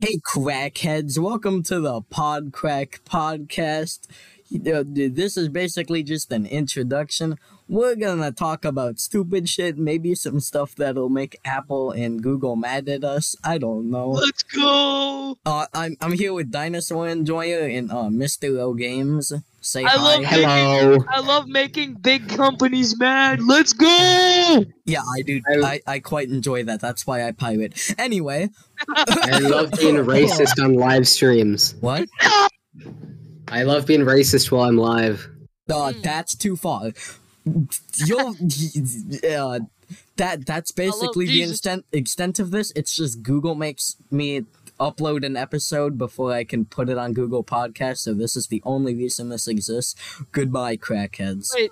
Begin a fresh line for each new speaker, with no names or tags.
Hey, crackheads, welcome to the Pod Crack Podcast. You know, dude, This is basically just an introduction. We're gonna talk about stupid shit, maybe some stuff that'll make Apple and Google mad at us. I don't know.
Let's go.
Uh, I'm, I'm here with Dinosaur Enjoyer and uh, Mr. O Games. Say
I
hi.
love him.
Hello.
I love making big companies mad. Let's go.
Yeah, I do. I, I quite enjoy that. That's why I pirate. Anyway,
I love being racist on live streams.
what?
I love being racist while I'm live.
Uh,
Hmm.
that's too far. You'll uh, that that's basically the
Jesus.
extent extent of this. It's just Google makes me upload an episode before I can put it on Google Podcast. So this is the only reason this exists. Goodbye, crackheads.
Wait,